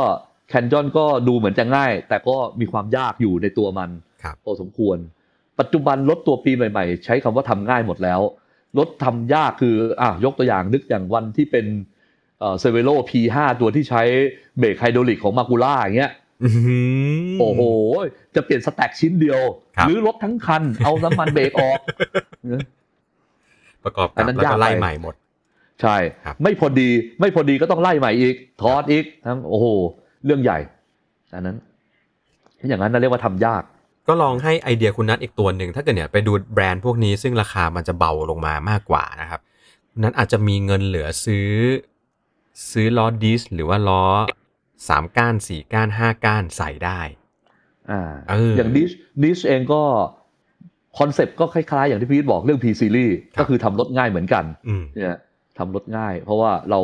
A: แคนยอนก็ดูเหมือนจะง่าย แต่ก็มีความยากอยู่ในตัวมัน
B: ครับ
A: พอสมควร ปัจจุบันรถตัวปีใหม่ๆ ใช้คำว่าทำง่ายหมดแล้ว รถทำยากคืออ่ะยกตัวอย่างนึกอย่างวันที่เป็นเซเวโร่ P5 ตัวที่ใช้เบรกไฮดรอลิกของมากูล่าอย่างเงี้ย
B: อื้อหือ
A: โอ้โห จะเปลี่ยนสแต็กชิ้นเดียว
B: ครับ
A: หรือรถทั้งคัน เอาน้ำมันเบรกออก
B: ประกอบ
A: อั
B: กับ
A: นนั้น
B: แล้ว
A: ยาก
B: ก็
A: ไป
B: ไล่ใหม่หมด
A: ใช่
B: ครับ
A: ไม่พอดี ไม่พอดีก็ต้องไล่ใหม่อีก ทอดอีกทั้งโอ้โห เรื่องใหญ่ อันนั้น อย่างนั้นน่าเรียกว่าทำยาก
B: ก็ลองให้ไอเดียคุณนัทอีกตัวหนึ่ง ถ้าเกิดเนี่ยไปดูแบรนด์พวกนี้ซึ่งราคามันจะเบาลงมามากกว่านะครับคุณนัทอาจจะมีเงินเหลือซื้อ ซื้อล้อดิสหรือว่าล้อสามก้านสี่ก้านห้าก้านใส่ได้
A: อ่า
B: เอออ
A: อย่างนิชนิชเองก็คอนเซปต์ก็คล้ายๆ อย่างที่พีทบอกเรื่อง P series
B: ครับ
A: ก็คือทำรถง่ายเหมือนกัน
B: อืม
A: เนี่ยทำรถง่าย เพราะว่าเรา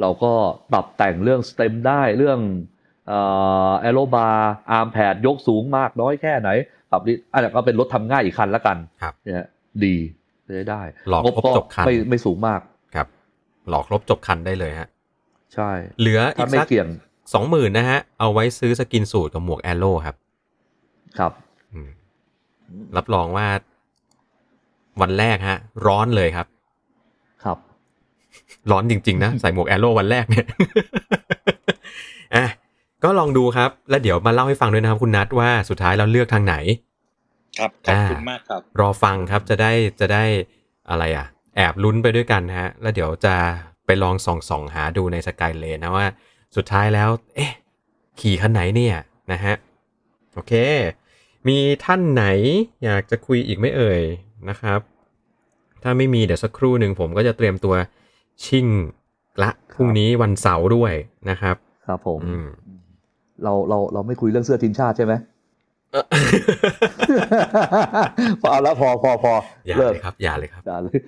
A: เราก็ปรับแต่งเรื่องสเต็มได้เรื่องเอ่อแอโรบาร์อาร์มแพดยกสูงมากน้อยแค่ไหน ปรับนิดอันนี้นก็เป็นรถทำง่ายอีกคันละกัน
B: ครับ
A: เนี่ยดีจะได้ได้
B: หลอก
A: งบ
B: ครบ
A: ก็
B: จบคัน
A: ไม่ไม่สูงมาก
B: ครับ หลอกครบจบคันได้เลยฮะ
A: ใช่
B: เหลืออี
A: ถ้าก ไม่
B: สัก
A: เกี่ยง
B: สองหมื่นนะฮะ เอาไว้ซื้อสกินสูตรกับหมวกแอโร่ครับ
A: ครับ
B: อืมรับรองว่า วันแรกฮะ ร้อนเลยครับ
A: ครับ
B: ร้อนจริง ๆ นะ ใส่หมวกแอโร่วันแรกเนี่ย อ่ะก็ลองดูครับ แล้วเดี๋ยวมาเล่าให้ฟังด้วยนะครับคุณนัทว่าสุดท้ายเราเลือกทางไหน
C: ครับขอบคุณมากครับ
B: รอฟังครับจะได้จะได้อะไรอ่ะ แอบลุ้นไปด้วยกันฮะ แล้วเดี๋ยวจะไปลองส่องส่องหาดูในสกายเลนนะว่า สุดท้ายแล้ว เอ๊ะ ขี่คันไหนเนี่ยนะฮะ โอเค มีท่านไหนอยากจะคุยอีกไหม่เอ่ยนะครับ ถ้าไม่มีเดี๋ยวสักครู่หนึ่งผมก็จะเตรียมตัวชิ่งละพรุ่งนี้วันเสาร์ด้วยนะครับ
A: ครับผม
B: อืม
A: เราเราเราไม่คุยเรื่องเสื้อทีมชาติใช่ไหม พอเอาละพอพอพอ
B: อย่า
A: เลิ
B: เล
A: ก
B: ยครับ อย่าเลยครับ
A: อย่าเลย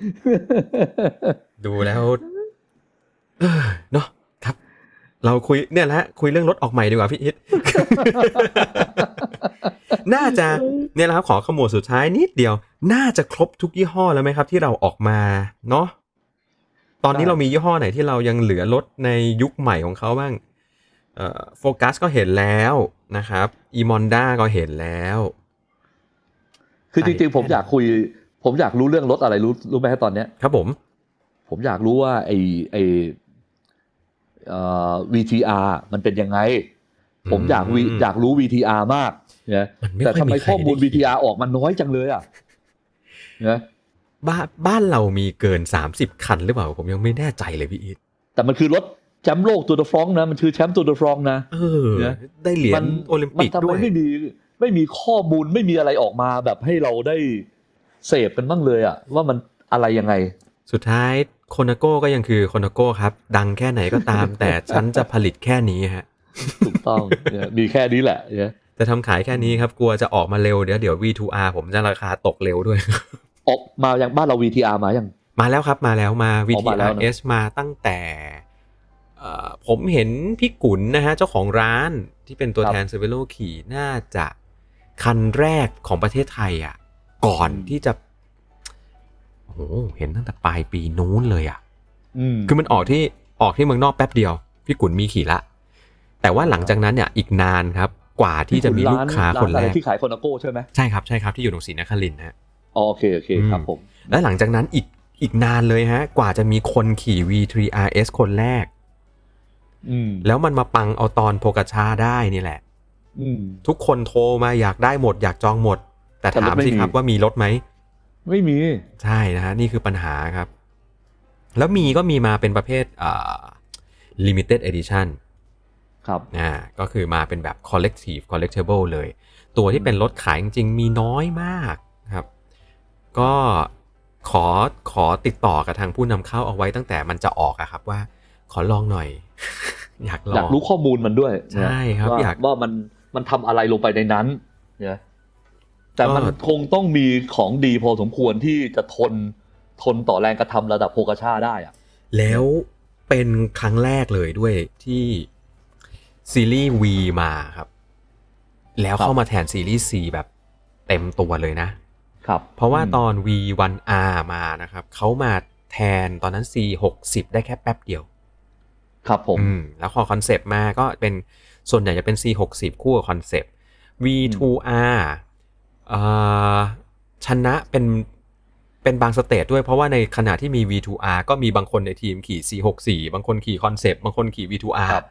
B: ดูแล้ว เอ้อเนาะครับ เราคุยเนี่ยแหละฮะคุยเรื่องรถออกใหม่ดีกว่าพี่อิ ท น่าจะเนี่ยแหละครับขอขโมวดสุดท้ายนิดเดียว น่าจะครบทุกยี่ห้อแล้วไหมครับ ที่เราออกมา เนาะตอนนี้
A: ได้
B: เรามียี่ห้อไหนที่เรายังเหลือรถในยุคใหม่ของเขาบ้างเอ่อโฟกัสก็เห็นแล้วนะครับอีมอนด้าก็เห็นแล้ว
A: คือจริง
B: ใช่
A: ๆ ผมอยากคุย ผมอยากรู้เรื่องรถอะไรรู้รู้ไหมฮะตอนเนี้ย
B: ครับผม
A: ผมอยากรู้ว่าไอไอเอ่อ VTR มันเป็นยังไง ผมอยากวีอยากรู้ VTR มากนะ
B: น
A: แต่
B: ค่ย
A: ทำไม
B: ใคร
A: ข้อมูล
B: ได้
A: VTR ออกมาน้อยจังเลยอ่ะนะ
B: บ้านบ้านเรามีเกิน 30 คันหรือเปล่า ผมยังไม่แน่ใจเลยพี่อีท
A: แต่มันคือรถแชมป์โลกตัวเดฟรองนะ มันคือแชมป์ตัวเดฟรองนะ
B: เออ
A: เนี่ย
B: ได้เหรียญโอลิม
A: มั
B: ปิก
A: ทำ
B: ด้
A: ไม
B: วย
A: ไม่มีไม่มีข้อมูลไม่มีอะไรออกมาแบบให้เราได้เสพกันบ้างเลยอ่ะว่ามันอะไรยังไง
B: สุดท้าย โคนาโก้ก็ยังคือโคนาโก้ครับ ดังแค่ไหนก็ตาม แต่ฉันจะผลิตแค่นี้ฮะ
A: ถูกต้อง เนี่ยมีแค่นี้แหละเนี่ย
B: จะทำขายแค่นี้ครับ กลัวจะออกมาเร็วเดี๋ยวเดี๋ยว V2R ผมจะราคาตกเร็วด้วย
A: ออกมาอย่างบ้านเรา VTR มาอย่าง
B: มาแล้วครับมาแล้วมา
A: อ๋อมาแล้วนะ
B: VTRS มาตั้งแต่เอ่อผมเห็นพี่กุ๋นนะฮะ เจ้าของร้านที่เป็นตัว
A: ครับ
B: แทนเซเวโลขี่น่าจะคันแรกของประเทศไทยอ่ะ ก่อน
A: อืม
B: ที่จะ โอ้โหเห็นตั้งแต่ปลายปีนู้นเลยอ่ะ
A: อืม
B: คือมันออกที่ออกที่เมืองนอกแป๊บเดียว พี่กุ๋นมีขี่ละ แต่ว่าหลังจากนั้นเนี่ยอีกนานครับ กว่าที่จะมีลูกค้าคนแร
A: อะ
B: ก
A: ไที่ขายโคนาโก้ใช่ไหม
B: ใช่ครับใช่ครับที่อยู่ตรงศรีนครินทร์ฮะ
A: อ๋อโอเค โอเค ครับผม
B: และหลังจากนั้นอีกอีกนานเลยฮะ กว่าจะมีคนขี่ V3RS คนแรก
A: อืม
B: แล้วมันมาปังเอาตอนโพกาชาได้นี่แหละ
A: อืม
B: ทุกคนโทรมาอยากได้หมด อยากจองหมด แต่
A: แต่รถ
B: ถาม
A: ไม่
B: สิ
A: มี
B: ครับว่ามีรถไหม
A: ไม่มี
B: ใช่นะฮะ นี่คือปัญหาครับ แล้วมีก็มีมาเป็นประเภทอ่า limited edition
A: ครับ
B: อ่าก็คือมาเป็นแบบ collective collectible เลย ตัวที่เป็นรถขายจริงๆ มีน้อยมากครับ ก็ขอขอติดต่อกับทางผู้นำเข้าเอาไว้ตั้งแต่มันจะออกอะครับว่าขอลองหน่อย อยากลอย
A: อาง กรู้ข้อมูลมันด้วย
B: ใช่ครับ
A: ว่
B: อยาก
A: ว่ามันมันทำอะไรลงไปในนั้นเนี่ยแต่มัน
B: ก็
A: คงต้องมีของดีพอสมควรที่จะทนทนต่อแรงกระทำระดับโพกาชาได้อะ
B: แล้วเป็นครั้งแรกเลยด้วยที่ ซีรีส์ V มาครับ แล้วเข้ามาแทนซีรีส์ C แบบเต็มตัวเลยนะ
A: ครับ
B: เพราะว่าต
A: ม
B: อน V1R มานะครับเขามาแทนตอนนั้น C60 ได้แค่แป๊บเดียว
A: ครับผม
B: อืมแล้วพอคอนเซปต์มาก็เป็นส่วนใหญ่จะเป็น C60 คู่กับคอนเซปต์ V2R เอ่อชนะเป็นเป็นบางสเตจด้วยเพราะว่าในขณะที่มี V2R ก็มีบางคนในทีมขี่ C64 บางคนขี่คอนเซปต์บางคนขี่ V2R
A: ครับ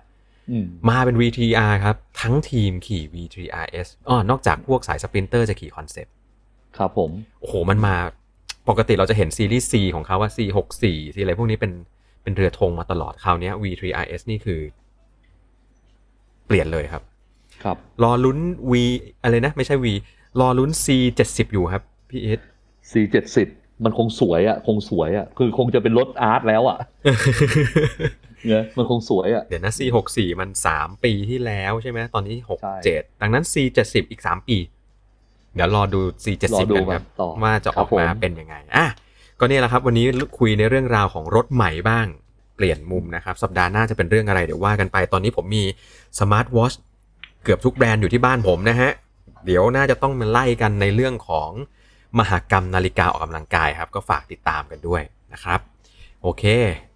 A: อืม
B: มาเป็น VTR ครับ ทั้งทีมขี่ V3RS อ๋อนอกจากพวกสายสปรินเตอร์จะขี่คอนเซปต์
A: ครับผม
B: โอ้โห มันมาปกติเราจะเห็นซีรีส์ C ของเขาว่า C 6 4ซีอะไรพวกนี้เป็นเป็นเรือธงมาตลอดคราวเนี้ย V3RS นี่คือ เปลี่ยนเลยครับ
A: ครับ
B: รอลุ้น V อะไรนะ ไม่ใช่ V รอลุ้น C 7 0อยู่ครับ พี่เอส
A: C เจ็ดสิบมันคงสวยอ่ะ คงสวยอ่ะ คือคงจะเป็นรถอาร์ตแล้วอ่ะเนี่ยมันคงสวยอ่ะ
B: เดี๋ยวนะ C 6 4มัน 3 ปีที่แล้วใช่ไหมตอนนี้
A: ใช่
B: 6 7 ดังนั้น C 7 0อีก 3 ปี เดี๋ยวรอดู C 7
A: รอ
B: 0
A: ดู
B: กันครับ
A: กันต่อ
B: ว่าจะออกมา
A: ครับผม
B: เป็นยังไงอ่ะก็เนี่ยแหละครับ วันนี้คุยในเรื่องราวของรถใหม่บ้าง เปลี่ยนมุมนะครับ สัปดาห์หน้าจะเป็นเรื่องอะไร เดี๋ยวว่ากันไปตอนนี้ผมมีสมาร์ทวอชเกือบทุกแบรนด์อยู่ที่บ้านผมนะฮะ เดี๋ยวน่าจะต้องมาไล่กันในเรื่องของมหากรรมนาฬิกาออกกำลังกายครับ ก็ฝากติดตามกันด้วยนะครับ โอเค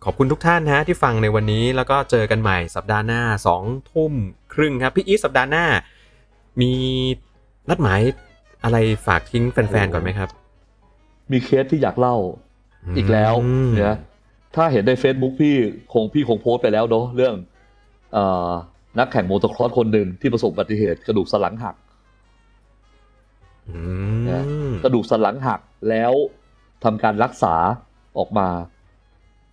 B: ขอบคุณทุกท่านนะฮะที่ฟังในวันนี้แล้วก็เจอกันใหม่สัปดาห์หน้า2องทุ่มครึ่งครับ พี่อีทสัปดาห์หน้า มีนัดหมายอะไรฝากทิ้งแฟนๆก่อนไหมครับ
A: มีเคสที่อยากเล่า อีกแล้ว
B: ม
A: เนี่ยถ้าเห็นใน Facebook พี่คงพี่คงโพสต์ไปแล้วเนาะเรื่องเออนักแข่งโมโตครอสคนหนึ่งที่ประสบอุบัติเหตุกระดูกสันหลังหัก
B: อื
A: เนี่ย
B: ม
A: กระดูกสันหลังหักแล้วทำการรักษาออกมา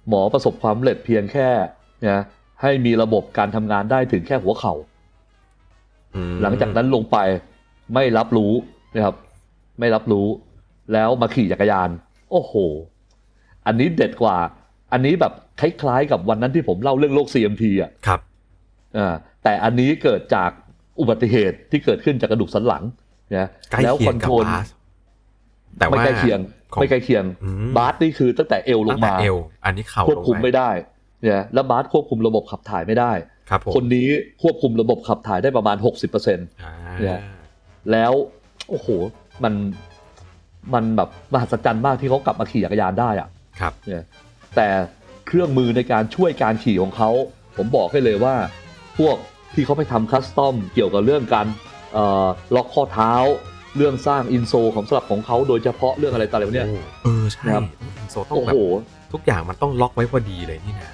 A: หมอประสบความสำเร็จเพียงแค่เนี่ยให้มีระบบการทำงานได้ถึงแค่หัวเข่า
B: อืม
A: หลังจากนั้นลงไปไม่รับรู้นะครับ ไม่รับรู้ แล้วมาขี่จักรยาน โอ้โห อันนี้เด็ดกว่า อันนี้แบบคล้ายๆกับวันนั้นที่ผมเล่าเรื่องโรค CMT อ่ะ
B: ครับ
A: อ่าแต่อันนี้เกิดจากอุบัติเหตุที่เกิดขึ้นจากกระดูกสันหลังนะ
B: ใกล้
A: แล้ว
B: เคี
A: ค
B: ย
A: องน
B: กั
A: โท
B: บ
A: รล
B: บาสแต่ว่า
A: ไม่ใกล้เคียง
B: ของ
A: ไม่ใกล้เคียง
B: อืม
A: บาสนี่คือตั้งแต่เอวล
B: ตั้
A: ง
B: งแต่
A: มา
B: เอวอันนี้เข่า
A: ควบ
B: ลง
A: คุมไม่ได้เนี่ยแล้วบาสควบคุมระบบขับถ่ายไม่ได้
B: ครับผม
A: คนนี้ควบคุมระบบขับถ่ายได้ประมาณ 60%เปอร์เซ็นต
B: อ่า
A: เนี่ย แล้วโอ้โหมันมันแบบมหัศจรรย์มากที่เขากลับมาขี่จักรยานได้อะ
B: ครับ
A: เนี่ยแต่เครื่องมือในการช่วยการขี่ของเขาผมบอกให้เลยว่า พวกที่เขาไปทำคัสตอมเกี่ยวกับเรื่องการเอ่อล็อกข้อเท้า เรื่องสร้างอินโซลของสลับของเขาโดยเฉพาะเรื่องอะไรต่างๆเหล่าเนี่ย
B: เออใช่
A: ครับ
B: โซต้อง
A: โอ้
B: แบ
A: โห
B: บทุกอย่างมันต้องล็อกไว้พอดีเลยนี่นะ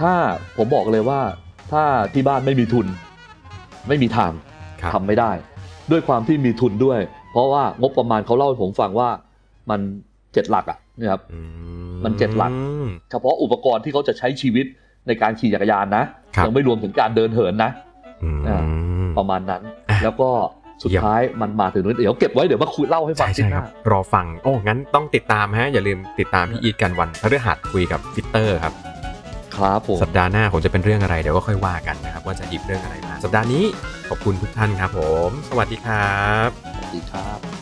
A: ถ้าผมบอกเลยว่าถ้าที่บ้านไม่มีทุน ไม่มีทาง
B: ครับ
A: ทำไม่ได้ ด้วยความที่มีทุนด้วย เพราะว่างบประมาณเขาเล่าให้ผมฟังว่ามันเจ็ดหลักอ่ะนะครับ
B: อื
A: มันเจ็ดหลัก
B: อืม
A: เฉพาะอุปกรณ์ที่เขาจะใช้ชีวิตในการขี่จักรยานนะครับ ยัไม่รวมถึงการเดินเหินนะ
B: อืม
A: อ่า ประมาณนั้น
B: อ่ะ
A: แล้วก็สุด
B: เยี่ยม
A: ท้ายมันมาถึงนู้นเดี๋ยวเก็บไว้เดี๋ยวมาคุยเล่าให้ฟั
B: ใช่
A: งที
B: ใช่
A: ห
B: ครั
A: น้า
B: บ รอฟัง โอ้ งั้นต้องติดตามฮะ อย่าลืมติดตามพี่อีทกันวันพฤหัสคุยกับฟิตเตอร์ครับ
A: ครับผม
B: สัปดาห์หน้าผมจะเป็นเรื่องอะไร เดี๋ยวก็ค่อยว่ากันนะครับ ว่าจะหยิบเรื่องอะไรมา สัปดาห์นี้ขอบคุณทุกท่านครับผม สวัสดีครับ
A: สวัสดีครับ